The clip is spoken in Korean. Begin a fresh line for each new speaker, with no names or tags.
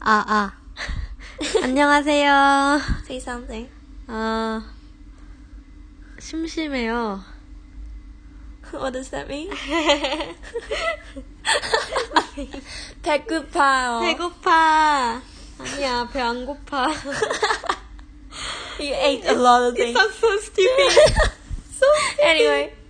아, 아. 안녕하세요.
Say something.
어, 심심해요.
What does that mean? 배고파요.
배고파. 아니야, 배 안 고파.
You ate a lot of
It
things.
sounds so stupid.
anyway.